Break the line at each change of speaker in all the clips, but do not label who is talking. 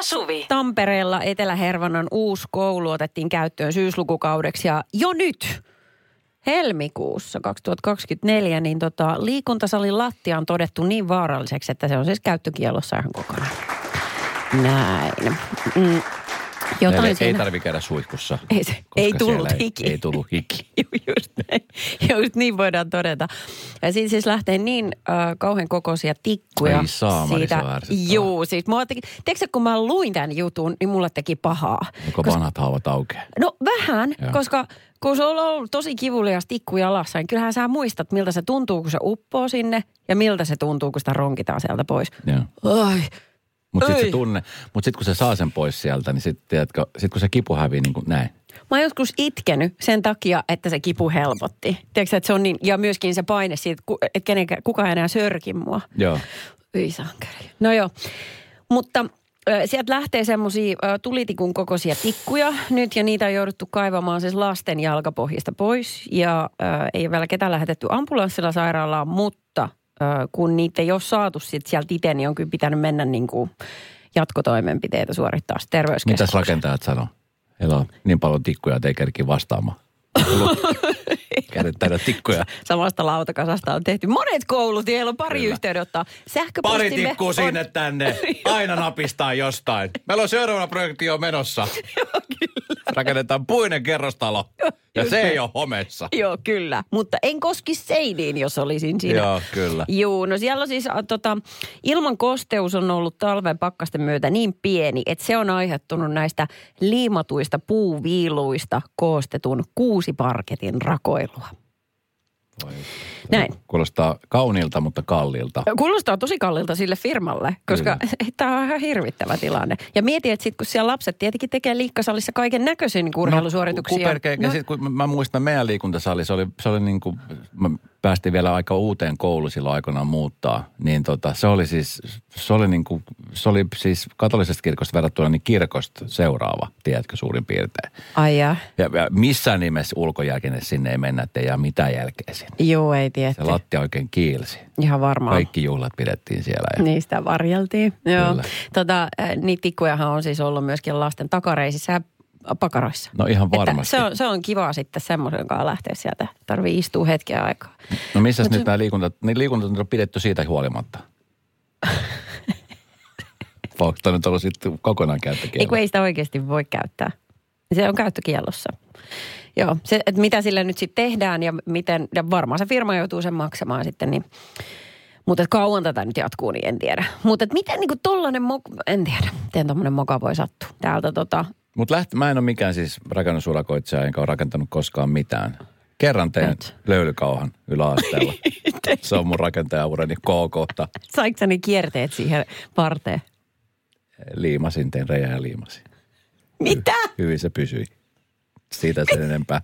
Suvi.
Tampereella Etelä-Hervannan uusi koulu otettiin käyttöön syyslukukaudeksi ja jo nyt helmikuussa 2024 niin tota, liikuntasalin lattia on todettu niin vaaralliseksi, että se on siis käyttökielossa ihan kokonaan. Näin. Mm.
Jotain ei, ei
siinä-
tarvi käydä suihkussa.
Ei se-
koska
ei tullut
siellä ei,
hiki.
Ei tullut hiki.
Ju- Just näin. Just niin voidaan todeta. Ja siitä siis lähtee niin äh, kauhean kokoisia tikkuja.
Ei saamari,
siitä.
se on ärsyttävää.
Juu, siis mua teki, tiedätkö, kun mä luin tämän jutun, niin mulla teki pahaa.
Onko Niin vanhat hauvat aukeaa?
No vähän,
Joo.
koska kun se on ollut tosi kivulias tikku jalassa, niin kyllähän sä muistat, miltä se tuntuu, kun se uppoo sinne ja miltä se tuntuu, kun sitä ronkitaan sieltä pois.
Joo.
Ai,
Mutta sitten
Ei.
se tunne, mutta sitten kun se saa sen pois sieltä, niin sitten sit kun se kipu hävii niin kuin näin.
Mä oon joskus itkenyt sen takia, että se kipu helpotti. Tiedätkö, että se on niin, ja myöskin se paine siitä, ku- että kenenkään, kukaan enää sörki mua.
Joo.
Yi sankari. No joo, mutta ö, sieltä lähtee semmoisia tulitikun kokoisia tikkuja nyt ja niitä on jouduttu kaivamaan siis lasten jalkapohjista pois. Ja ö, ei ole vielä ketään lähetetty ambulanssilla sairaalaan, mutta ö, kun niitä ei ole saatu sit sieltä itse, niin on kyllä pitänyt mennä niin kuin jatkotoimenpiteitä suorittaa sitten terveyskeskukseen.
Mitäs Niin rakentajat sanoo? Heillä on niin paljon tikkuja, että ei kerki vastaamaan. Kädet täydä tikkuja.
Samasta lautakasasta on tehty monet koulut, ja heillä on pari
Kyllä.
yhteydenottoa.
Pari
Sähköpostimme
tikkua
on-
sinne tänne. Aina napistaa jostain. Meillä on seuraava projekti jo menossa. Rakennetaan puinen kerrostalo. Ja se ei ole homeessa.
Joo, kyllä. Mutta en koskisi seiniin, jos olisin siinä.
Joo, kyllä.
Joo, no siellä on siis äh, tota, ilman kosteus on ollut talven pakkasten myötä niin pieni, että se on aiheuttanut näistä liimatuista puuviiluista koostetun kuusiparketin rakoilua. Näin.
Kuulostaa kauniilta, mutta kalliilta.
Kuulostaa tosi kalliilta sille firmalle, koska tämä on ihan hirvittävä tilanne. Ja mieti, että sit, kun siellä lapset tietenkin tekee liikkasalissa kaiken näköisiä niin urheilusuorituksia.
Kuperkeikka, no. sit, kun mä- mä muistan meidän liikuntasali, se oli, se oli niin kuin, mä päästiin vielä aika uuteen kouluun silloin aikanaan muuttaa, niin tota, se oli siis, se oli niin kuin, se oli siis katolisesta kirkosta verrattuna niin kirkosta seuraava, tiedätkö, suurin piirtein.
Ai jaa.
Ja, ja missään nimessä ulkojälkeen sinne ei mennä, ettei jää mitään jälkeä sinne.
Joo, ei tietty.
Se lattia oikein kiilsi.
Ihan varmaan.
Kaikki juhlat pidettiin siellä. Ja,
Niistä varjeltiin. Joo.
Kyllä.
Tota, äh, niitä tikkujahan on siis ollut myöskin lasten takareisissä ja pakaroissa.
no ihan
Että
varmasti.
se, on, se on kivaa sitten semmoisen kanssa lähteä sieltä. Tarvii istua hetken aikaa.
No missäs nyt nämä liikunta, niin liikunta on pidetty siitä huolimatta? Onko tämä nyt ollut sitten kokonaan
Ei kun
käyttökieltä?
Niin ei sitä oikeasti voi käyttää. Se on käyttökiellossa. Joo, se, että mitä sillä nyt sitten tehdään ja miten, ja varmaan se firma joutuu sen maksamaan sitten, niin. Mutta et kauan tätä nyt jatkuu, niin en tiedä. Mutta et miten niinku tollanen, mok- en tiedä, miten tommonen moka voi sattua. Täältä tota,
Mutta läht, mä en ole mikään siis rakennusurakoitsija, enkä ole rakentanut koskaan mitään. Kerran tein
Nyt.
löylykauhan yläasteella. se on mun rakentajaureni K-kohta.
saiko sä ne kierteet siihen varteen?
Liimasin, tein rejä ja liimasin.
Mitä?
Hyvin se pysyi. Siitä sen enempää.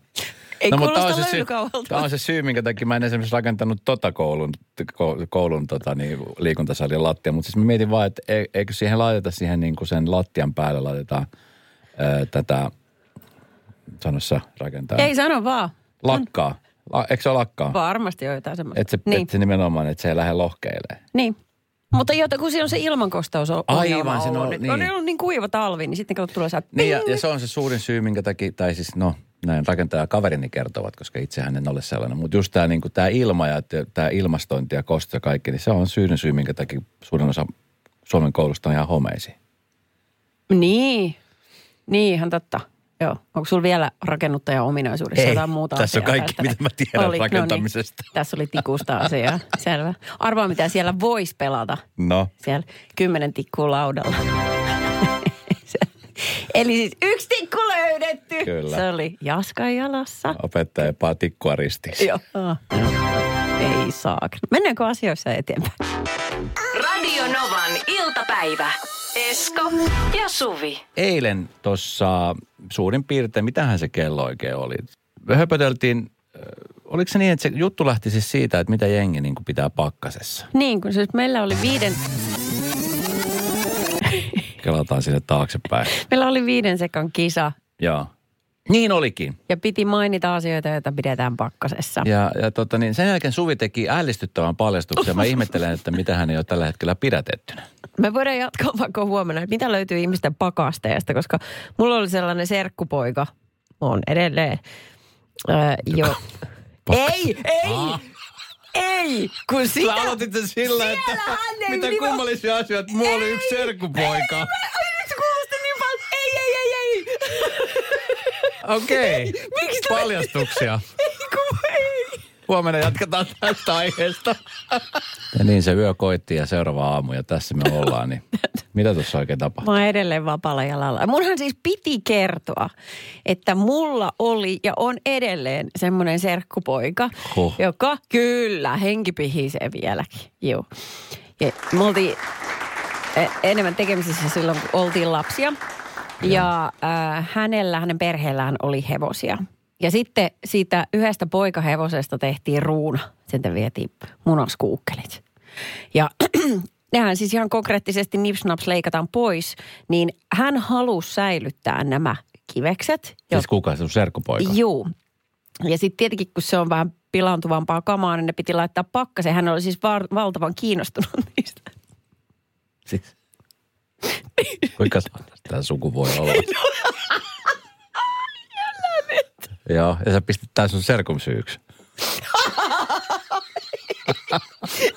Ei
No, tää
kuulosta
se,
löylykauhalta.
tämä on se syy, minkä takia mä en esimerkiksi rakentanut tota koulun, ko- koulun tota, niin, liikuntasalin lattia. Mutta siis mä mietin vaan, että e- eikö siihen laiteta siihen niin kuin sen lattian päälle laitetaan ö, tätä, sanossa rakentaa,
Ei sano vaan.
lakkaa. La- eikö se ole lakkaa?
Varmasti on jotain semmoista.
Että se,
niin,
niin. et se nimenomaan, että se ei lähde lohkeilemaan.
niin. Mutta jota, kun siinä on se ilmankostaus on
Aivan,
ongelma
se
ollut.
on ollut,
Nyt
niin.
On ollut niin kuiva talvi, niin sitten kun tulee sä,
Niin ja, ja se on se suurin syy, minkä takia, tai siis no näin rakentaja kaverini kertovat, koska itsehän en ole sellainen. Mutta just tämä niinku, tää ilma ja tämä ilmastointi ja kosto ja kaikki, niin se on syyn syy, minkä takia suurin osa Suomen koulusta on ihan homeisi.
Niin. Niin, ihan totta. Joo. Onko sulla vielä rakennuttaja ominaisuudessa
Ei.
jotain muuta
Tässä on
asiaa
kaikki,
tästä?
mitä mä tiedän
no niin.
rakentamisesta.
Tässä oli tikusta asiaa. Selvä. Arvaa, mitä siellä voisi pelata.
No.
Siellä kymmenen tikkua laudalla. Eli siis yksi tikku löydetty.
Kyllä.
Se oli Jaskan jalassa.
Opettaja paa tikkua ristissä.
Joo. Ah. Ei saa. Mennäänkö asioissa eteenpäin?
Radio Novan iltapäivä. Esko ja Suvi.
Eilen tuossa suurin piirtein, mitähän se kello oikein oli? Me höpöteltiin, äh, oliko se niin, että se juttu lähti siis siitä, että mitä jengi niin pitää pakkasessa?
Niin, kun siis meillä oli viiden,
Kelataan sinne taaksepäin.
meillä oli viiden sekan kisa
Joo. Niin olikin.
ja piti mainita asioita, joita pidetään pakkasessa.
Ja, ja tota, niin sen jälkeen Suvi teki ällistyttävän paljastuksen. Mä ihmettelen, että mitä hän ei ole tällä hetkellä pidätettynä.
Me voidaan jatkaa vaikka huomenna, että mitä löytyy ihmisten pakasteesta, koska mulla oli sellainen serkkupoika, on edelleen, öö, jo. ei, ei,
Ah.
ei, kun sitä...
Sä aloitit sen sillä, että
Siellä hän ei
mitä
minua-
kummallisia asioita. Mulla oli yksi serkkupoika.
Ai nyt se kuulosti niin paljon, ei, ei, ei, ei.
Okei.
Miksi toi-
Paljastuksia.
Ei, kun ei.
Huomenna jatketaan tästä aiheesta. Ja niin se yö koitti ja seuraava aamu ja tässä me ollaan. Niin mitä tuossa oikein
Mä
tapahtui?
oon edelleen vapaalla jalalla. Munhan siis piti kertoa, että mulla oli ja on edelleen semmoinen serkkupoika,
Huh.
joka kyllä henki pihisee vieläkin. Juu. Ja me oltiin e- enemmän tekemisissä silloin, kun oltiin lapsia. Ja äh, hänellä, hänen perheellään oli hevosia. Ja sitten siitä yhdestä poikahevosesta tehtiin ruuna. Sitten vietiin munaskuukkelit. Ja nehän siis ihan konkreettisesti nipsnaps leikataan pois, niin hän halusi säilyttää nämä kivekset,
Siis kuka se on serkkupoika?
Juu. Ja sitten tietenkin, kun se on vähän pilaantuvampaa kamaa, niin ne piti laittaa pakkaseen. Hän oli siis var- valtavan kiinnostunut niistä.
Siis. Kuinka tämä suku voi olla? Joo, ja sä pistit tää sun serkun syyksi.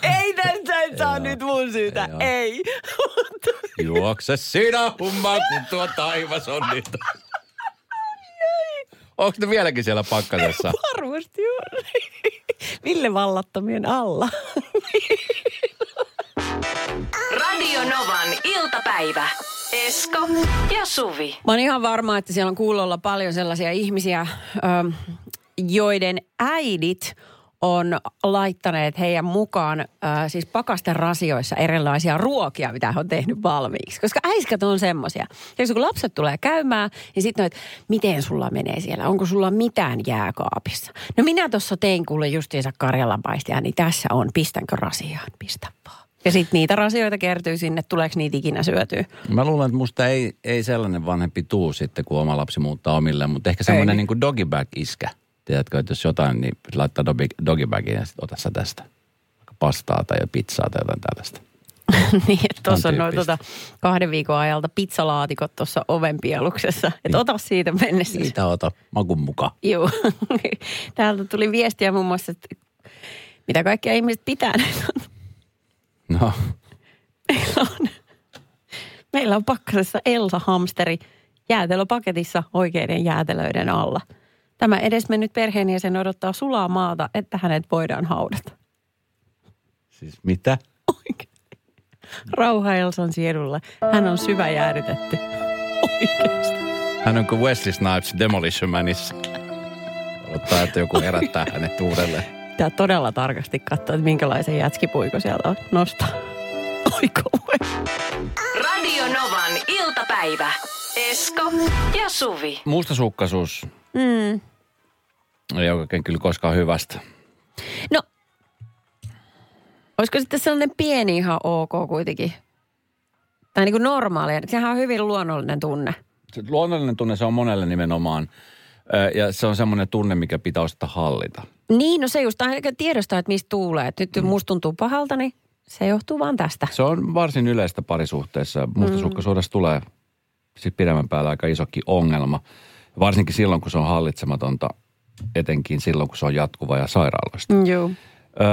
Ei tästä et saa nyt mun syytä,
Joo.
ei.
Juokse sinä hummaan, kun tuo taivas on niitä. Onko ne vieläkin siellä pakkasessa?
Varmasti on. Ville vallattomien alla.
Radio Novan iltapäivä. Esko ja Suvi.
Mä oon ihan varma, että siellä on kuulolla paljon sellaisia ihmisiä, ähm, joiden äidit on laittaneet heidän mukaan äh, siis pakasten rasioissa erilaisia ruokia, mitä he on tehnyt valmiiksi. Koska äiskät on semmoisia. Ja kun lapset tulee käymään, niin sitten että miten sulla menee siellä? Onko sulla mitään jääkaapissa? No minä tuossa tein kuule justiinsa karjalanpaistia, niin tässä on. Pistänkö rasiaan? Pistä vaan. Ja sitten niitä rasioita kertyy sinne, tuleeko niitä ikinä syötyä.
Mä luulen, että musta ei, ei sellainen vanhempi tuu sitten, kun oma lapsi muuttaa omilleen, mutta ehkä semmoinen niin dogibag iskä. Tiedätkö, että jos jotain, niin laittaa dogi- dogibagiin ja sitten ota sä tästä. Vaikka pastaa tai pizzaa tai jotain tällaista.
niin, että tuossa on noin
tyyppistä.
tuota kahden viikon ajalta pizzalaatikot tuossa ovenpieluksessa. Että ota siitä mennessä.
Siitä ota makun mukaan.
Joo. Täältä tuli viestiä muun muassa, että mitä kaikkia ihmiset pitää nyt on.
No,
Meillä on, meillä on pakkasessa Elsa Hamsteri jäätelöpaketissa oikeiden jäätelöiden alla. Tämä edesmennyt perheeni ja sen odottaa sulaa maata, että hänet voidaan haudata.
siis mitä?
Oikein. Rauha Elsan sielulle. Hän on syvä jäädytetty. Oikeasti.
Hän on kuin Wesley Snipes Demolition Manissa. Odottaa, että joku herättää hänet uudelleen.
Pitää todella tarkasti katsoa, että minkälaisen jätskipuiko sieltä on nostaa. Oi kauhean.
Radio Novan iltapäivä. Esko ja Suvi.
Mustasukkaisuus
Mm.
ei oikein kyllä koskaan hyvästä.
No, olisiko sitten sellainen pieni ihan ok kuitenkin? Tai niin kuin normaali. Sehän on hyvin luonnollinen tunne.
Se Luonnollinen tunne se on monelle nimenomaan. Ö, Ja se on semmoinen tunne, mikä pitää osata hallita.
Niin, no se just ainakin tiedostaa, että mistä tuulee. Et nyt mm. musta tuntuu pahalta, niin se johtuu vaan tästä.
Se on varsin yleistä parisuhteessa. Mustasukkaisuudessa tulee siis pidemmän päällä aika isokin ongelma. Varsinkin silloin, kun se on hallitsematonta, etenkin silloin, kun se on jatkuva ja sairaaloista.
Mm, joo.
Öö,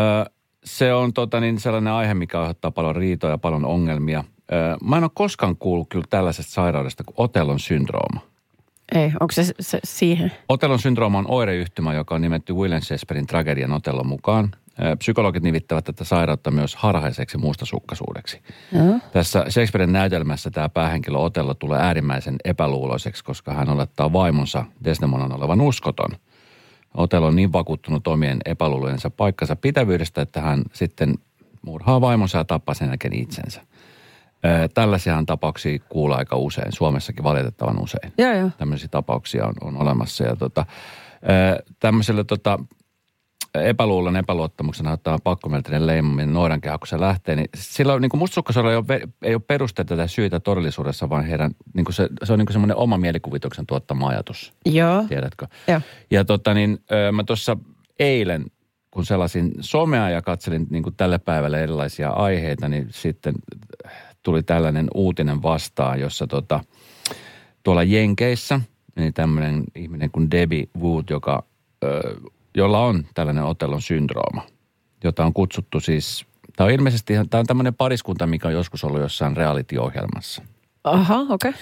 se on tota, niin sellainen aihe, mikä aiheuttaa paljon riitoja, paljon ongelmia. Öö, mä en ole koskaan kuullut kyllä tällaisesta sairaudesta kuin Otellon syndrooma.
Ei, onko se, se siihen?
Otellon syndrooma on oireyhtymä, joka on nimetty William Shakespearein tragedian Otellon mukaan. Öö, Psykologit nimittävät tätä sairautta myös harhaiseksi mustasukkaisuudeksi.
Joo.
Tässä Shakespearen näytelmässä tämä päähenkilö Otello tulee äärimmäisen epäluuloiseksi, koska hän olettaa vaimonsa Desdemonan olevan uskoton. Otello on niin vakuuttunut omien epäluulojensa paikkansa pitävyydestä, että hän sitten murhaa vaimonsa ja tappaa sen jälkeen itsensä. Ö, Tällaisiahan tapauksia kuulee aika usein, Suomessakin valitettavan usein.
Joo, joo.
Tämmöisiä tapauksia on, on olemassa ja tota, ö, tämmöiselle tota, epäluulon epäluottamuksen näyttää pakkomielteinen leimaminen noidankehä, kun se lähtee, niin sillä on, niin kuin mustasukkaisella ei ole, ve- ei ole perusteita tai syitä todellisuudessa, vaan heidän, niin kuin se, se on niin kuin semmoinen oma mielikuvituksen tuottama ajatus,
Joo.
tiedätkö?
Joo.
Ja tota niin, ö, mä tuossa eilen, kun selasin somea ja katselin niin kuin tälle päivälle erilaisia aiheita, niin sitten tuli tällainen uutinen vastaan, jossa tota, tuolla Jenkeissä, niin tämmöinen ihminen kuin Debbie Wood, joka, ö, jolla on tällainen Otellon syndrooma, jota on kutsuttu siis, tämä on ilmeisesti ihan, tämä on tämmöinen pariskunta, mikä on joskus ollut jossain reality-ohjelmassa.
Aha, okei. Okay.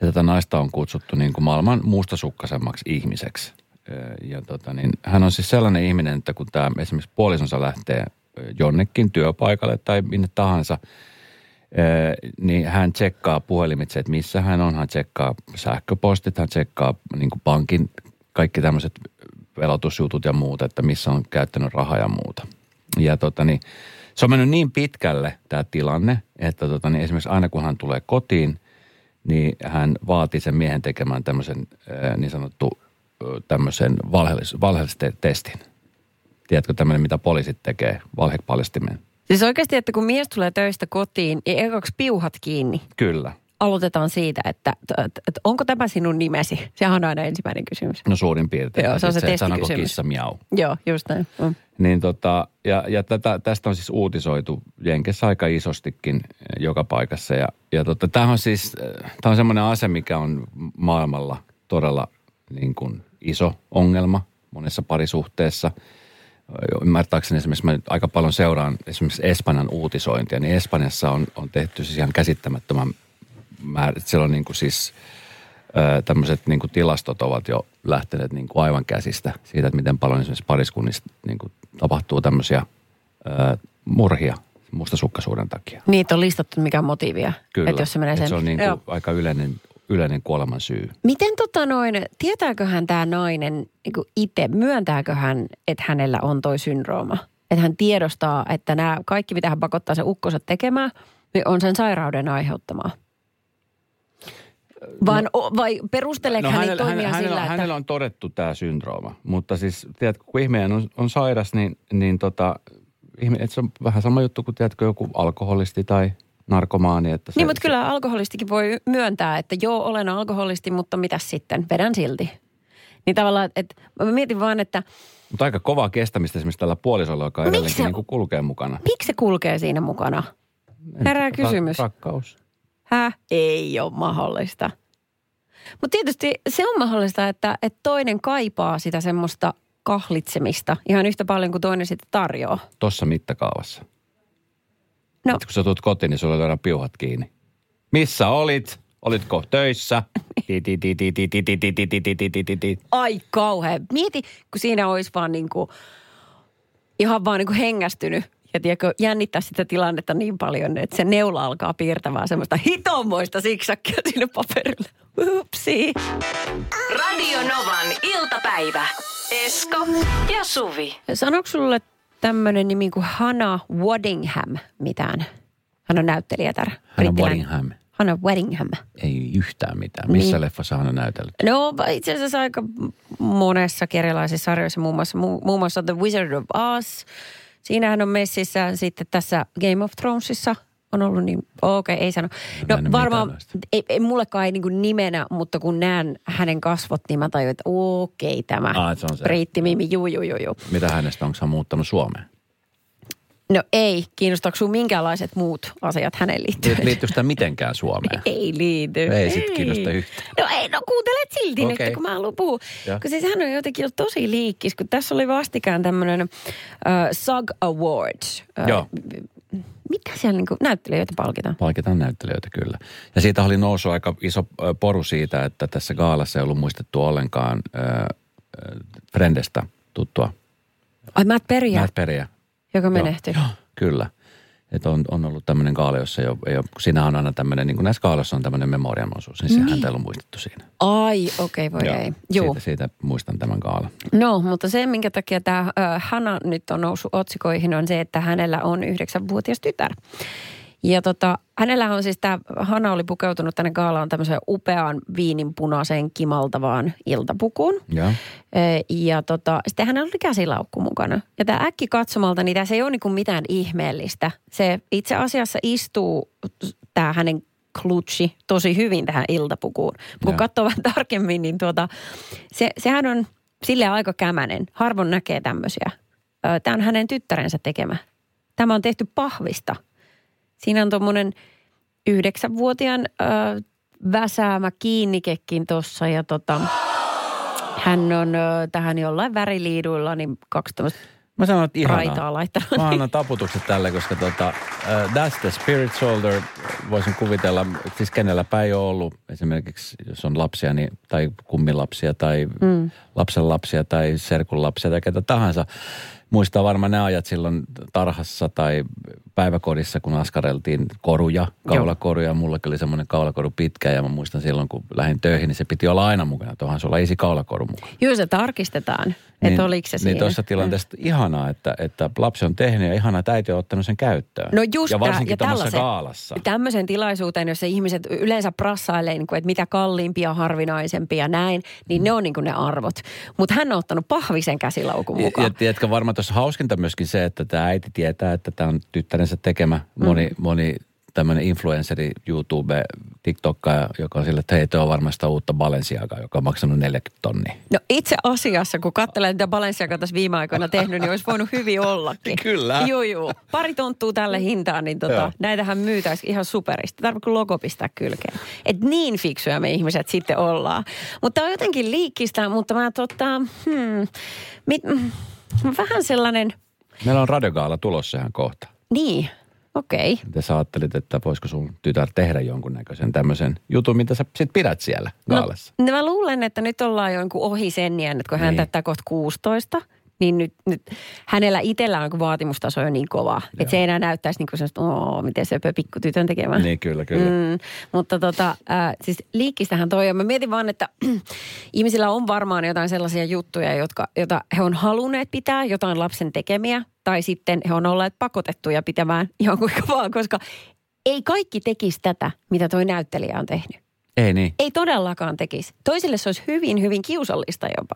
Ja tätä naista on kutsuttu niin kuin maailman mustasukkaisemmaksi ihmiseksi. Ö, Ja tota, niin, hän on siis sellainen ihminen, että kun tämä esimerkiksi puolisonsa lähtee ö, jonnekin työpaikalle tai minne tahansa, ö, niin hän tsekkaa puhelimitse, että missä hän on. Hän tsekkaa sähköpostit, hän tsekkaa niin kuin pankin kaikki tämmöiset velotusjutut ja muut, että missä on käyttänyt rahaa ja muuta. Ja tota, niin, se on mennyt niin pitkälle tämä tilanne, että tota, niin esimerkiksi aina kun hän tulee kotiin, niin hän vaatii sen miehen tekemään tämmöisen ö, niin sanottu ö, tämmöisen valheellis- valheellistestin. Tiedätkö tämmöinen, mitä poliisit tekee, valhepaljastimen?
Siis oikeasti, että kun mies tulee töistä kotiin, niin ekaksi piuhat kiinni.
Kyllä.
Aloitetaan siitä, että, että, että onko tämä sinun nimesi? Sehän on aina ensimmäinen kysymys.
No suurin piirtein.
Joo, se on se
Että että Sanoko
testikysymys.
kissa miau?
Joo, just näin. Mm.
Niin tota, ja, ja tätä, tästä on siis uutisoitu Jenkessä aika isostikin eh, joka paikassa. Ja, ja tota, tämähän on siis, tämä on semmoinen ase, mikä on maailmalla todella niin kuin iso ongelma monessa parisuhteessa. Eh, Ymmärtääkseni esimerkiksi mä nyt aika paljon seuraan esimerkiksi Espanjan uutisointia, niin Espanjassa on, on tehty siis ihan käsittämättömän määrä. Siellä on niin kuin siis tämmöiset niin tilastot ovat jo lähteneet niin kuin aivan käsistä siitä, että miten paljon esimerkiksi pariskunnista niin kuin tapahtuu tämmöisiä ö, murhia mustasukkaisuuden takia.
Niitä on listattu, mikä on motiivia.
Kyllä.
Että jos se menee
Et
sen...
se on niin
Joo.
kuin aika yleinen, yleinen kuoleman syy.
Miten tota noin, tietääköhän tämä nainen niin itse, myöntääkö hän, että hänellä on toi syndrooma? Että hän tiedostaa, että nämä kaikki, mitä hän pakottaa se ukkonsa tekemään, niin on sen sairauden aiheuttamaa. Vaan, no, vai perusteleeko no, hän niitä toimia
hänellä,
sillä,
hänellä,
että...
hänellä on todettu tämä syndrooma, mutta siis tiedätkö, kun ihminen on, on sairas, niin, niin tota, ihminen, se on vähän sama juttu kuin tiedätkö, joku alkoholisti tai narkomaani. Että se,
Niin, mutta kyllä alkoholistikin voi myöntää, että joo, olen alkoholisti, mutta mitä sitten? Vedän silti. Niin tavallaan, että mä mietin vaan, että
Mutta aika kovaa kestämistä esimerkiksi tällä puolisolla, joka
Miksi
edelleenkin
se-
niin kuin kulkee mukana.
miksi se kulkee siinä mukana? Herää
Ra-
kysymys.
Rakkaus.
Häh? Ei ole mahdollista. Mutta tietysti se on mahdollista, että, että toinen kaipaa sitä semmoista kahlitsemista ihan yhtä paljon kuin toinen sitä tarjoaa.
Tossa mittakaavassa.
No.
No. Et kun sä tulet kotiin, niin sulla löydään piuhat kiinni. Missä olit? Olitko töissä? Ti, ti, ti, ti, ti, ti, ti, ti, ti, ti, ti, ti, ti, ti, ti.
Ai kauhea. Mieti, kun siinä olisi vaan niin kuin, ihan vaan niin kuin hengästynyt. Ja tiedätkö, jännittää sitä tilannetta niin paljon, että se neula alkaa piirtämään semmoista hitomoista siksakkia sinne paperille. Upsi.
Radio Novan iltapäivä. Esko ja Suvi.
Sanoiko sulle tämmöinen nimi kuin Hannah Waddingham mitään? Hän on näyttelijätär.
Hän on
brittiläinen.
Waddingham.
Hannah Waddingham.
Ei yhtään mitään. Missä niin. leffassa hän on näytellyt?
No itse asiassa aika monessa erilaisessa sarjoissa, muun muassa, mu- muun muassa The Wizard of Oz. Siinähän on messissä, sitten tässä Game of Thronesissa on ollut niin, okei, okay, ei sano.
en
No
ole mitään
varmaan,
näistä.
ei, ei mullekaan ei niin kuin nimenä, mutta kun näen hänen kasvot, niin mä tajun, että okei okay, tämä
Aa, se on se.
brittimimi, juu, juu, juu, juu.
Mitä hänestä? Onko hän muuttanut Suomeen?
No ei, kiinnostaako sinua minkäänlaiset muut asiat hänen liittyen?
Liittyykö tämä mitenkään Suomeen?
Ei liity.
Ei sit kiinnosta yhtään.
No ei, no kuuntelet silti okay.
Okei.
nyt, kun mä haluan puhua.
Joo.
Kun siis hän on jotenkin ollut tosi liikkis, kun tässä oli vastikään tämmöinen äh, SAG Awards. Äh,
Joo.
Mitä siellä niinku, näyttelijöitä palkitaan?
Palkitaan näyttelijöitä kyllä. Ja siitä oli noussut aika iso ö, poru siitä, että tässä gaalassa ei ollut muistettu ollenkaan ö, ö, Frendestä tuttua
Ai Matt Perry,
Matt Perryä.
joka menehtyi.
Joo, kyllä. Että on, on ollut tämmöinen kaala, jossa ei ole, ei ole, kun siinä on aina tämmöinen, niin kuin näissä kaaloissa on tämmöinen memoriamosuus, niin sehän niin. täällä on muistettu siinä.
Ai, okei, okay, voi Joo. ei. Joo.
Siitä, siitä muistan tämän kaalan.
No, mutta se, minkä takia tämä Hanna nyt on noussut otsikoihin, on se, että hänellä on yhdeksänvuotias tytär. Ja tota, hänellä on siis tämä, Hanna oli pukeutunut tänne gaalaan tämmöiseen upeaan viininpunaiseen kimaltavaan iltapukuun.
Joo.
Ö, Ja tota, sitten hänellä oli käsilaukku mukana. Ja tämä äkki katsomalta, niin tässä ei ole niinku mitään ihmeellistä. Se itse asiassa istuu tämä hänen klutsi tosi hyvin tähän iltapukuun. Mut Kun
Joo.
katsoo vähän tarkemmin, niin tuota, se, sehän on sille aika kämänen. Harvoin näkee tämmöisiä. Tämä on hänen tyttärensä tekemä. Tämä on tehty pahvista. Siinä on tuommoinen yhdeksänvuotiaan äh, väsäämä kiinnikekin tuossa ja tota, hän on ö, tähän jollain väriliiduilla, niin kaksi tämmöistä
Mä sanon, että ihanaa.
raitaa laittanut.
Mä annan taputukset tälle, koska tota, uh, That's the Spirit Shoulder, voisin kuvitella, siis kenelläpä ei ole ollut esimerkiksi, jos on lapsia, niin, tai kummilapsia, tai mm. lapsen lapsia, tai serkun lapsia, tai ketä tahansa. Muistaa varmaan ne ajat silloin tarhassa tai päiväkodissa, kun askareltiin koruja, kaulakoruja. Mullakin oli semmoinen kaulakoru pitkä ja mä muistan silloin, kun lähdin töihin, niin se piti olla aina mukana. Tuohan sulla isi kaulakoru mukana.
Joo, se tarkistetaan,
Niin-
että oliko se siinä.
Niin tuossa tilanteessa ihanaa, että, että lapsi on tehnyt ja ihanaa, että äiti on ottanut sen käyttöön.
No just
ja
tää-
varsinkin
ja
tuommoisessa
tällaisen-
gaalassa.
Tämmöiseen tilaisuuteen, jossa ihmiset yleensä prassailee, niin kuin, että mitä kalliimpia, harvinaisempia ja näin, niin ne on niin kuin ne arvot. Mutta hän on ottanut pahvisen käsilaukun
Ja, ja
mukaan.
tiedätkö varmaan tuossa hauskinta myöskin se, että tämä äiti tietää, että tämä on tyttärensä tekemä. Moni, mm. moni tämmöinen influenceri, YouTube, TikTokkaaja, joka on sillä, että hei, tuo on varmaan sitä uutta Balenciagaa, joka on maksanut 40 tonnia.
No itse asiassa, kun katselee, mitä Balenciaga on tässä viime aikoina tehnyt, niin olisi voinut hyvin ollakin.
Kyllä. Mm.
Joo, joo. Pari tonttua tälle hintaan, niin tota,
Joo.
näitähän myytäisiin ihan superista. Tarvitse kuin logo pistää kylkeen. Et niin fiksuja me ihmiset sitten ollaan. Mutta on jotenkin liikkistä, mutta mä tota, hmm, mit, mm, vähän sellainen,
Meillä on radiogaala tulossa ihan kohta.
niin, okei.
Te sä ajattelit, että voisiko sun tytär tehdä jonkunnäköisen tämmöisen jutun, mitä sä sit pidät siellä gaalassa?
No, no mä luulen, että nyt ollaan jonkun ohi sen iän, että kun hän
Niin.
täyttää kohta 16, niin nyt, nyt hänellä itsellään on kun vaatimustaso jo niin kova, että se ei enää näyttäisi niin kuin semmoista, oo, miten se pikku tytön tekemään.
Niin, kyllä, kyllä.
Mm, mutta tota, äh, siis liikkistähän toi on. Mä mietin vaan, että ihmisillä on varmaan jotain sellaisia juttuja, jotka, jota he on halunneet pitää, jotain lapsen tekemiä, tai sitten he on olleet pakotettuja pitämään ihan kuinka vaan, koska ei kaikki tekisi tätä, mitä toi näyttelijä on tehnyt
Ei niin.
ei todellakaan tekisi. Toisille se olisi hyvin, hyvin kiusallista jopa.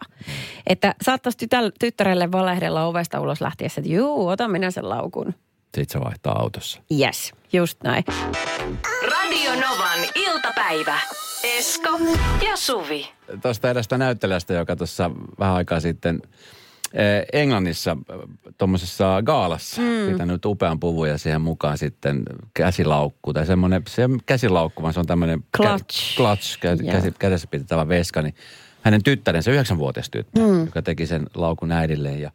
Että saattaisi tytä- tyttärelle valehdella ovesta ulos lähtiessä, että juu, ota minä sen laukun.
Sitten se vaihtaa autossa.
Yes, just näin.
Radio Novan iltapäivä. Esko ja Suvi.
Tuosta edestä näyttelijästä, joka tuossa vähän aikaa sitten eh, Englannissa tuommoisessa gaalassa mm. pitänyt upean puvun ja siihen mukaan sitten käsilaukku. Tai semmoinen, se ei ole käsilaukku, vaan se on tämmöinen
Clutch.
Kä, clutch kä,
Joo.
käsi, kädessä pidettävä veska. Niin hänen tyttärensä, yhdeksänvuotias tyttö, mm. joka teki sen laukun äidilleen ja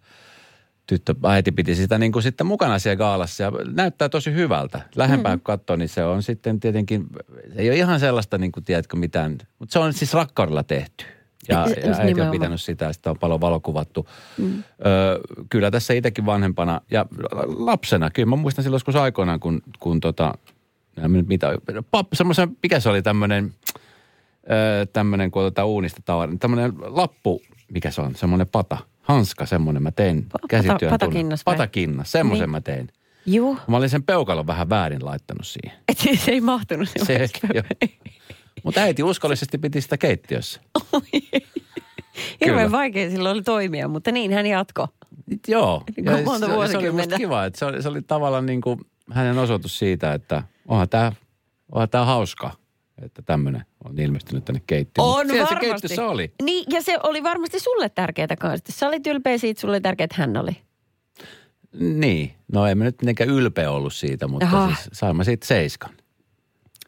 tyttö, äiti piti sitä niin kuin sitten mukana siellä gaalassa ja näyttää tosi hyvältä. Lähempää
Mm-hmm.
mm. katsoa, niin se on sitten tietenkin, se ei ole ihan sellaista niin kuin tiedätkö mitään, mutta se on siis rakkaudella tehty. Ja,
Just
ja äiti on
nimenomaan.
pitänyt sitä ja sitä on paljon valokuvattu. Mm. Öö, kyllä tässä itsekin vanhempana ja lapsena, kyllä mä muistan silloin joskus aikoinaan, kun, kun tota, nää nyt mitä, pap, semmoisen, mikä se oli tämmöinen, öö, tämmöinen, kun otetaan uunista tavaraa, tämmöinen lappu, mikä se on, semmoinen pata, hanska semmoinen mä tein.
Pa-
käsityön
pata-
tunnin.
patakinnas vai?
Patakinnas, semmoisen
Niin.
mä tein.
Juu.
Mä olin sen peukalon vähän väärin laittanut siihen.
Et siis ei mahtunut.
Se, Mutta äiti uskollisesti piti sitä keittiössä.
Hirveän
kyllä.
vaikea silloin oli toimia, mutta niin hän jatko.
It- Joo.
Niin
Ja
kuin
se,
monta
se oli musta
vuosikymmentä.
kiva, että se oli, se oli tavallaan niin kuin hänen osoitus siitä, että onhan tämä, onhan tää hauska, että tämmöinen on ilmestynyt tänne keittiöön. Mut
On
siellä
varmasti.
se keittiössä oli.
Niin, ja se oli varmasti sulle tärkeää kanssa. Sä olit ylpeä siitä, sulle oli tärkeää, että hän oli.
Niin. No ei mä nyt mitenkään ylpeä ollut siitä, mutta
Aha.
siis sain mä siitä seiskan.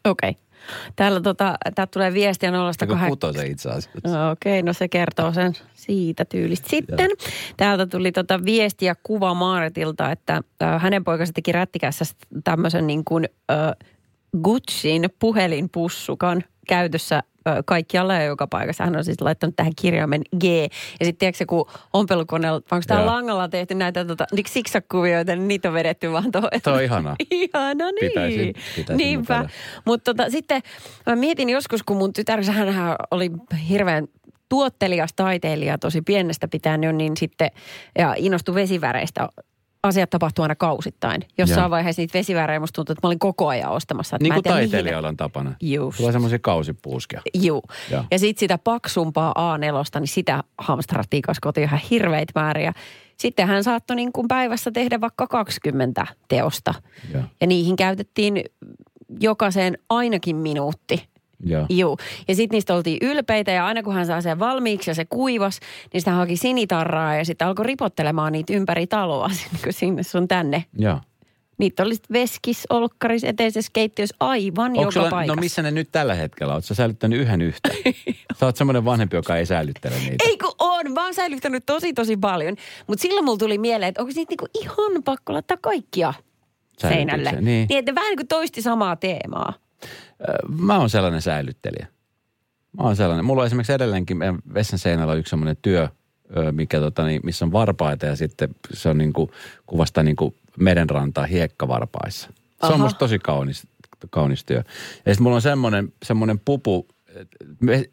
Okei. Okay. Täällä tota, täältä tulee viestiä 018.
Tämä putosi Niin itse asiassa.
No Okei, no se kertoo sen siitä tyylistä. Sitten täältä tuli tota viestiä kuva Maaretilta, että ö, hänen poikansa teki rättikässä tämmöisen niin kuin ö, Gucciin puhelinpussukan käytössä ö, kaikkialla ja joka paikassa. Hän on siis laittanut tähän kirjaimen G. Ja sitten tiedätkö se, kun ompelukoneella, onko täällä
Joo.
langalla tehty näitä tota, siksakuvioita, niin niitä on vedetty vaan tuohon.
Tuo on ihanaa.
Ihana, niin.
Pitäisi- pitäisi
Niinpä.
mukana.
Mutta tota, sitten mä mietin joskus, kun mun tytär, hänhän oli hirveän tuottelias taiteilija tosi pienestä pitäen jo, niin sitten, ja innostui vesiväreistä. Asiat tapahtuu aina kausittain. Jossain
Joo.
vaiheessa niitä vesivärejä musta tuntuu, että mä olin koko ajan ostamassa. että
Niin
mä en
kuin
tiedä, mihin ne-
taiteilijoilla tapana.
Just.
Tulee semmoisia kausipuuskia.
Juu.
Joo.
Ja sitten sitä paksumpaa A4, niin sitä hamstrattiin kanssa kotiin ihan hirveitä määriä. Sitten hän saattoi niin kuin päivässä tehdä vaikka 20 teosta.
Joo.
Ja niihin käytettiin jokaiseen ainakin minuutti.
Joo.
Juu. Ja sitten niistä oltiin ylpeitä ja aina kun hän saa sen valmiiksi ja se kuivas, niin sitä haki sinitarraa ja sitten alkoi ripottelemaan niitä ympäri taloa sinne, kun sinne sun tänne
Joo.
Niitä oli sit veskis, olkkaris, eteisessä, keittiössä, aivan
Onko
joka
sulla, no
paikassa.
missä ne nyt tällä hetkellä on? Oletko sä säilyttänyt yhden yhtä? sä oot semmoinen vanhempi, joka ei säilyttänyt niitä.
Ei kun on, mä oon säilyttänyt tosi tosi paljon. Mutta silloin mulla tuli mieleen, että onko niitä niinku ihan pakko laittaa kaikkia
Säilytyksiä,
seinälle.
niin.
niin että ne vähän niin kuin toisti samaa teemaa.
Mä oon sellainen säilyttelijä. Mä oon sellainen. Mulla on esimerkiksi edelleenkin meidän vessan seinällä on yksi semmoinen työ, ö, mikä tota, niin, missä on varpaita ja sitten se on niin kuin, kuvasta niin kuin merenrantaa hiekkavarpaissa. Se on
Aha.
musta tosi kaunis, kaunis työ. Ja sitten mulla on semmoinen, semmoinen pupu, et, me-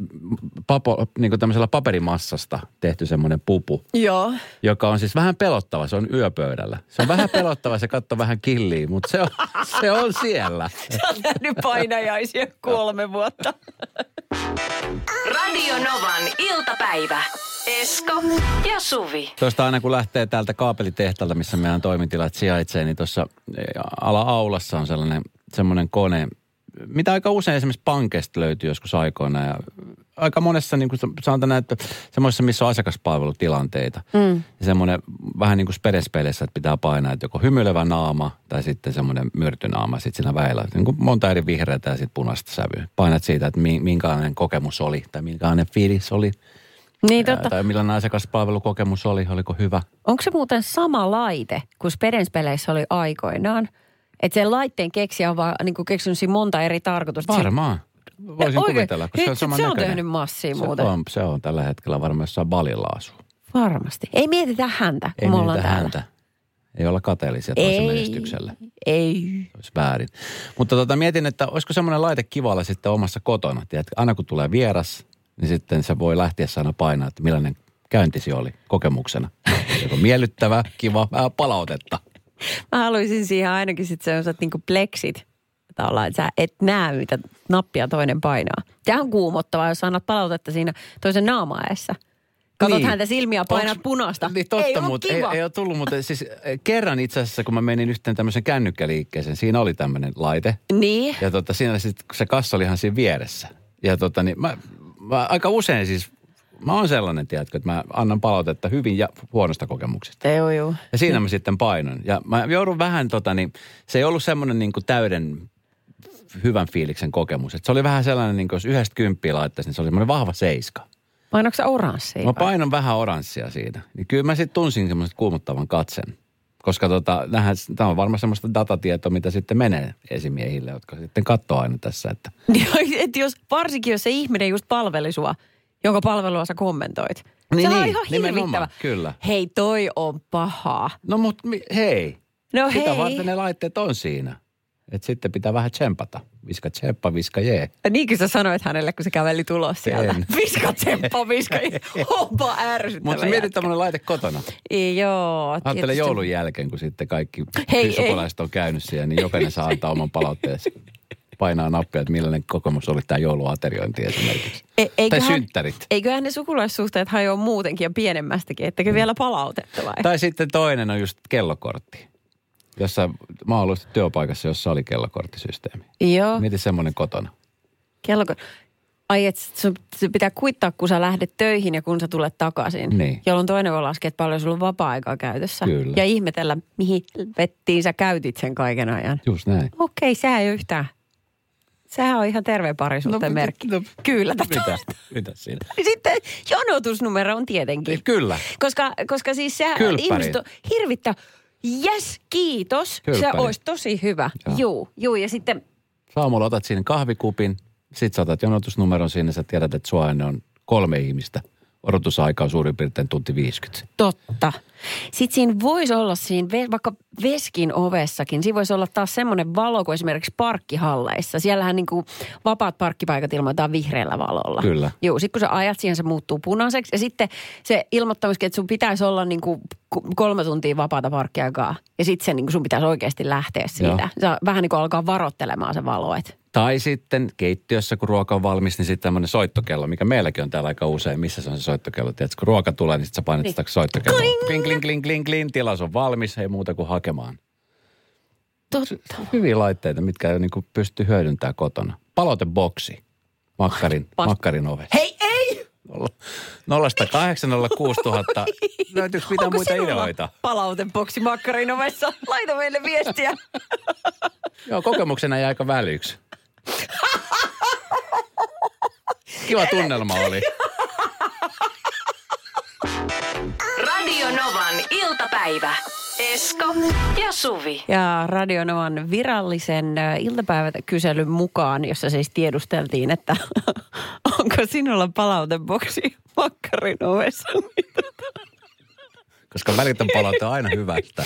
papo, niin kuin tämmöisellä paperimassasta tehty semmoinen pupu,
Joo.
joka on siis vähän pelottava. Se on yöpöydällä. Se on vähän pelottava, se katsoo vähän killiin, mutta se on, se on siellä.
Sä oot nähnyt painajaisia kolme vuotta.
Radio Novan iltapäivä. Esko ja Suvi.
Tuosta aina kun lähtee täältä kaapelitehtaalta, missä meidän toimitilat sijaitsee, niin tuossa eh, ala-aulassa on sellainen semmoinen kone, mitä aika usein esimerkiksi pankeista löytyy joskus aikoina. Ja aika monessa, niin kuin sanotaan näin, että semmoisessa, missä on asiakaspalvelutilanteita. Mm. Semmoinen vähän niin kuin spedespeleissä, että pitää painaa, että joko hymyilevä naama tai sitten semmoinen myrtynaama sitten siinä väillä. Niin kuin monta eri vihreätä ja sitten punaista sävyä. Painat siitä, että mi- minkälainen kokemus oli tai minkälainen fiilis oli.
Niin
Ja-
totta.
Tai millainen asiakaspalvelukokemus oli, oliko hyvä?
Onko se muuten sama laite kuin Spedenspeleissä oli aikoinaan? Että sen laitteen keksijä on vaan niin keksinyt siinä monta eri tarkoitusta.
Varmaan. Voisin
Oikein.
kuvitella, koska
Nyt
se on
sit
saman
se on
näköinen.
tehnyt massia
se
muuten.
On, se on tällä hetkellä varmaan jossain balilla asuu.
Varmasti. Ei mietitä häntä, kun
Ei
me ollaan
niitä
täällä.
häntä. Ei olla kateellisia toisen menestykselle.
Ei.
Se olisi väärin. Mutta tota, mietin, että olisiko semmoinen laite kivalla sitten omassa kotona. Tiedätkö, aina kun tulee vieras, niin sitten se voi lähtiessä aina painaa, että millainen käyntisi oli kokemuksena. Joko miellyttävä, kiva, vähän palautetta.
Mä haluaisin siihen ainakin sitten sellaiset niinku pleksit. Tavallaan, että sä et näe, mitä nappia toinen painaa. Tämä on kuumottavaa, jos sä annat palautetta siinä toisen naamaessa. Katot
Niin.
häntä silmiä, painat
Onks-
punaista.
Niin totta,
ei oo
mutta ei,
kiva.
ei ole tullut. Mutta siis eh, kerran itse asiassa, kun mä menin yhteen tämmöisen kännykkäliikkeeseen, siinä oli tämmöinen laite.
Niin.
Ja tota, siinä sit, kun se kassa oli ihan siinä vieressä. Ja tota, niin mä, mä aika usein siis, mä oon sellainen, tiedätkö, että mä annan palautetta hyvin ja huonosta kokemuksesta.
Joo, joo.
Ja siinä mä sitten painon. Ja mä joudun vähän tota, niin se ei ollut semmoinen niin kuin täyden hyvän fiiliksen kokemus. Et se oli vähän sellainen, niin kuin jos yhdestä kymppiä laittaisi, niin se oli semmoinen vahva seiska.
Painoiko sä oranssia?
Mä
vai?
painon vähän oranssia siitä. Niin kyllä mä sitten tunsin semmoisen kuumottavan katsen. Koska tota, tämä on varmaan semmoista datatietoa, mitä sitten menee esimiehille, jotka sitten katsoo aina tässä, että
Niin, että jos, varsinkin jos se ihminen just palveli sua, jonka palvelua sä kommentoit.
Niin,
se on
niin,
ihan
nimenomaan,
hirvittävä.
kyllä.
Hei, toi on pahaa.
no mut mi- hei.
No
Sitä
hei.
varten ne laitteet on siinä. Että sitten pitää vähän tsempata. Viska tsemppa, viska jee.
Niinkö sä sanoit hänelle, kun se käveli tulos sieltä?
En.
Viska tsemppa, viska. Onpa ärsyttävä.
Mutta mietit tämmöinen laite kotona.
jätkä. Joo.
Ajattele
tietysti.
joulun jälkeen, kun sitten kaikki
Hei, ei.
sukulaiset on käynyt siellä, niin jokainen saa antaa oman palauteensa. Painaa nappia, että millainen kokemus oli tämä jouluateriointi esimerkiksi.
E-
tai
eiköhän-
synttärit.
Eiköhän ne sukulaissuhteet hajoa muutenkin ja pienemmästäkin,
Mm.
ettekö vielä palautetta vai?
Tai sitten toinen on just kellokortti. Jossa, mä oon ollut työpaikassa, jossa oli kellokorttisysteemi.
Joo.
Mieti semmoinen kotona.
Kello, kun... Ai, että se pitää kuittaa, kun sä lähdet töihin ja kun sä tulet takaisin.
Niin.
Jolloin toinen voi laskea, että paljon sulla on vapaa-aikaa käytössä.
Kyllä.
Ja ihmetellä, mihin vettiin sä käytit sen kaiken ajan.
Just näin.
Okei, sä ei ole yhtään. Sehän on ihan terve
No,
parisuhteen merkki. Kyllä.
Mitä? Mitä siinä?
Sitten jonotusnumero on tietenkin.
Niin, Kyllä.
Koska, koska siis se
Kylppäri.
ihmiset on hirvittä. Jes, kiitos. Se
Kylppäri.
olisi tosi hyvä.
Joo.
Juu, juu. Ja sitten
Saamulla otat sinne kahvikupin, sit saatat jonotusnumeron sinne, sä tiedät, että sua ennen on kolme ihmistä. Odotusaika on suurin piirtein tunti 50.
Totta. Sitten siinä voisi olla siinä, ve- vaikka veskin ovessakin, siinä voisi olla taas semmoinen valo kuin esimerkiksi parkkihalleissa. Siellähän niin kuin vapaat parkkipaikat ilmoitetaan vihreällä valolla.
Kyllä.
Joo, sitten kun sä ajat siihen, se muuttuu punaiseksi. Ja sitten se ilmoittamiskin, että sun pitäisi olla niin kuin kolme tuntia vapaata parkkiaikaa. Ja sitten se niin kuin sun pitäisi oikeasti lähteä siitä. Sä vähän niin kuin alkaa varoittelemaan se valo, että
Tai sitten keittiössä, kun ruoka on valmis, niin sitten tämmöinen soittokello, mikä meilläkin on täällä aika usein. Missä se on se soittokello? Tiedätkö, kun ruoka tulee, niin sitten sä painat sitä soittokelloa. Kling, kling, kling, kling, kling, tilas on valmis, ei muuta kuin hakemaan.
totta.
Hyviä laitteita, mitkä niin kuin pysty hyödyntämään kotona. Paloteboksi. Makkarin,
Pas-
makkarin ovessa.
Hei, ei!
nollasta 86000. Löytyykö mitään
Onko
muita
sinulla
ideoita?
palautepoksi makkarinovessa? Laita meille viestiä.
Joo, kokemuksena jäi aika välyksi. Kiva tunnelma oli.
Radio Novan iltapäivä. Esko ja Suvi.
Ja Radionovan virallisen ö, iltapäiväkyselyn mukaan, jossa siis tiedusteltiin, että onko sinulla palauteboksi makkarin ovessa. niin
Koska välitön palaute on aina hyvä, että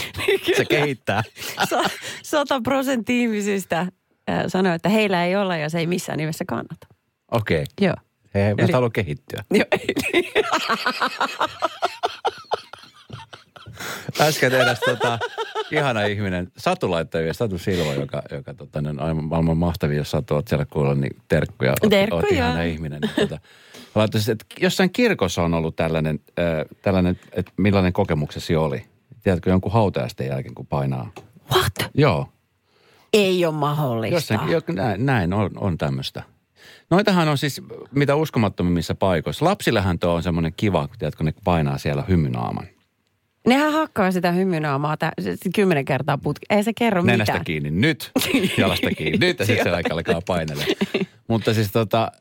se kehittää.
sa- Sata prosenttia ihmisistä ö, sanoi, että heillä ei ole ja se ei missään nimessä kannata.
Okei. Okay.
Joo.
He eivät
Eli-
halua kehittyä.
Joo, ei-
Äsken tehdäs tota, ihana ihminen, Satu laittoi vielä, Satu Silva, joka, joka tota, on aivan maailman mahtavia, jos Satu oot siellä kuulla, niin terkkuja, oot,
Terkkuja.
oot ihana ihminen. Niin, tota, mä laittaisin, että jossain kirkossa on ollut tällainen, äh, tällainen että millainen kokemuksesi oli. Tiedätkö, jonkun hautajaisten jälkeen, kun painaa.
What?
Joo,
Ei ole mahdollista.
jossain, jo, näin, näin on, on tämmöistä. Noitahan on siis mitä uskomattomimmissa paikoissa. Lapsillähän tuo on semmoinen kiva, kun tiedätkö, ne painaa siellä hymynaaman.
Nehän hakkaa sitä hymynaamaa tä- se- se kymmenen kertaa putki. Ei se kerro
Nenästä
mitään.
kiinni nyt, jalasta kiinni nyt ja sitten se aika alkaa painella. Mutta siis tota,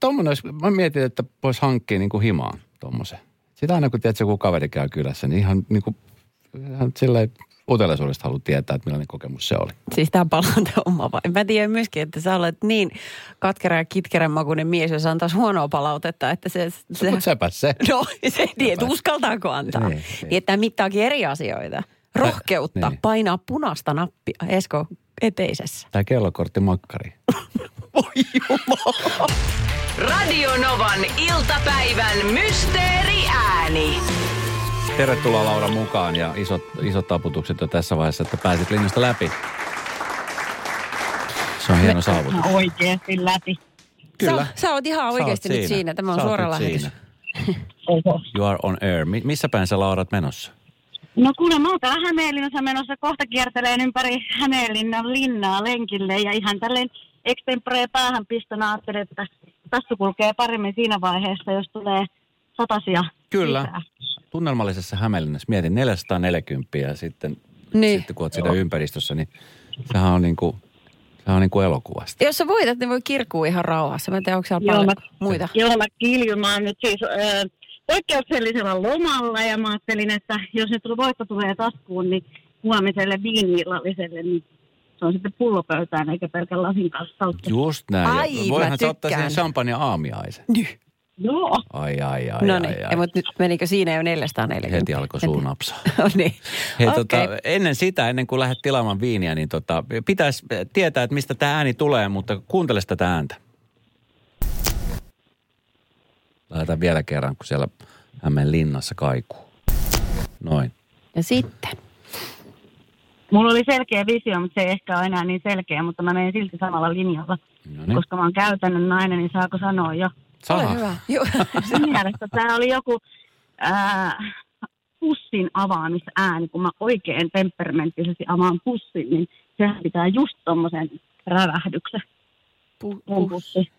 tommonen olisi, mä mietin, että voisi hankkia niinku himaan tommosen. Sitä aina kun tiedät, joku kaveri käy kylässä, niin ihan niinku, ihan silleen uteliaisuudesta haluaa tietää, että millainen kokemus se oli.
Siis tämä palaute on oma vai. Mä tiedän myöskin, että sä olet niin katkera ja kitkerän makuinen mies, jos antaisi huonoa palautetta, että se... se
Mutta sepä se.
no, se ei tiedä, uskaltaako antaa.
Ei,
Ei,
ei.
Niin, että mittaakin eri asioita. Rohkeutta,
niin.
painaa punaista nappia Esko eteisessä.
Tämä kellokortti makkari.
Voi jumala.
Radio Novan iltapäivän mysteeriääni.
Tervetuloa Laura mukaan ja isot, isot taputukset jo tässä vaiheessa, että pääsit linjasta läpi. Se on hieno saavutus.
Oikeasti läpi.
Kyllä.
Sä, sä oot ihan
Sä
oikeasti
oot
nyt siinä. Tämä on
Sä oot
suora
nyt
lähetys.
siinä.
Oho.
You are on air. Mi- missä päin sä Laura oot menossa?
No kuule, mä oon täällä Hämeenlinnassa menossa kohta kierteleen ympäri Hämeenlinnan linnaa lenkille ja ihan tälleen extempore päähän pistona ajattelin, että tässä kulkee paremmin siinä vaiheessa, jos tulee satasia
Kyllä.
lisää.
Tunnelmallisessa Hämeenlinnassa. Mietin 440 ja sitten,
Niin.
sitten kun oot siinä ympäristössä, niin sehän on niinku, sehän on niinku elokuvasta.
Jos sä voitat, niin voi kirkkuu ihan rauhassa. Mä en tiedä, onko siellä
Joo,
paljon
mä-
muita.
Joo, mä kiljun. Mä oon nyt siis öö, poikkeuksellisella lomalla ja mä ajattelin, että jos nyt voitto tulee taskuun, niin huomiselle viiniillalliselle, niin se on sitten pullopöytään eikä pelkän lasin kanssa. kautta.
Just näin. Ja
Ai, mä
Voihan sä ottaa
tykkään.
siihen champagne aamiaisen.
Joo.
Ai, ai, ai,
No
ai, ai.
niin, mutta nyt menikö siinä jo 440?
Heti alkoi suun napsaa.
No niin.
Hei,
Okei.
tota, ennen sitä, ennen kuin lähdet tilaamaan viiniä, niin tota, pitäisi tietää, että mistä tämä ääni tulee, mutta kuuntele sitä ääntä. Lähetään vielä kerran, kun siellä Hämeen linnassa kaikuu. Noin.
Ja sitten.
Mulla oli selkeä visio, mutta se ei ehkä ole enää niin selkeä, mutta mä menen silti samalla
No
linjalla. Niin.
niin.
Koska mä oon käytännön nainen, niin saako sanoa jo?
Ole hyvä. Joo.
Sen mielestä tämä oli joku ää, pussin avaamisääni, kun mä oikein temperamenttisesti avaan pussin, niin sehän pitää just tommosen rävähdyksen
Pu-
mun
pu-
pussi.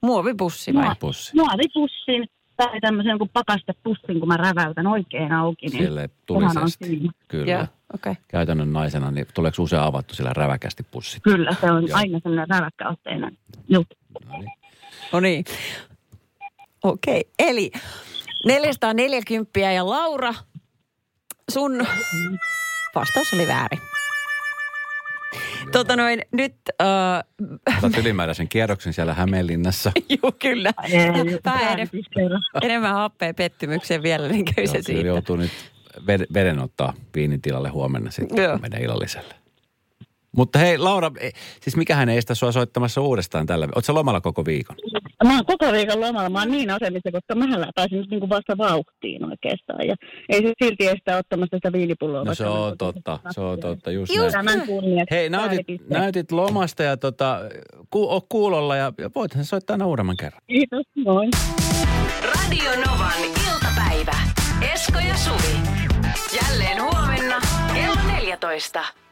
muovipussi vai?
Mua- Nuori pussin tai tämmöisen kuin pakastepussin, kun mä räväytän oikein auki, niin
Sille
sehän on
tulisesti.
siinä.
Kyllä.
Joo, okei.
Käytännön naisena, niin tuleeko usein avattu sillä räväkästi pussit?
Kyllä, se on
Joo.
aina semmoinen räväkkäotteinen juttu.
No niin. Okei, eli 440 ja Laura, sun vastaus oli väärin. Tota noin, nyt, äh,
Otat ylimääräisen kierroksen siellä Hämeenlinnassa.
juu kyllä,
Ei,
Pää edellä.
räväkistelyä.
enemmän happea pettymykseen vielä, niin kyllä se
Joo, kyllä
siitä.
joutuu nyt ved- veden ottaa viinin tilalle huomenna sitten,
Joo.
kun menee illalliselle. Mutta hei Laura, e- siis mikähän ei estä sua soittamassa uudestaan tällä vi- Oot sä lomalla koko viikon?
Mä oon koko viikon lomalla, mä oon niin asemissa, koska mähän pääsin nyt niinku vasta vauhtiin oikeastaan. Ja ei se silti estä ottamasta sitä viinipulloa.
No se
vaikka mä oon
on totta, se on totta, just
Just
näin.
Tämän kunniaksi.
Hei, nautit,
päällipisteet.
nautit lomasta ja tota, ku, oo kuulolla ja ja voithan sä soittaa aina uudemman kerran.
Kiitos, moi.
Radio Novan iltapäivä. Esko ja Suvi. Jälleen huomenna kello 14.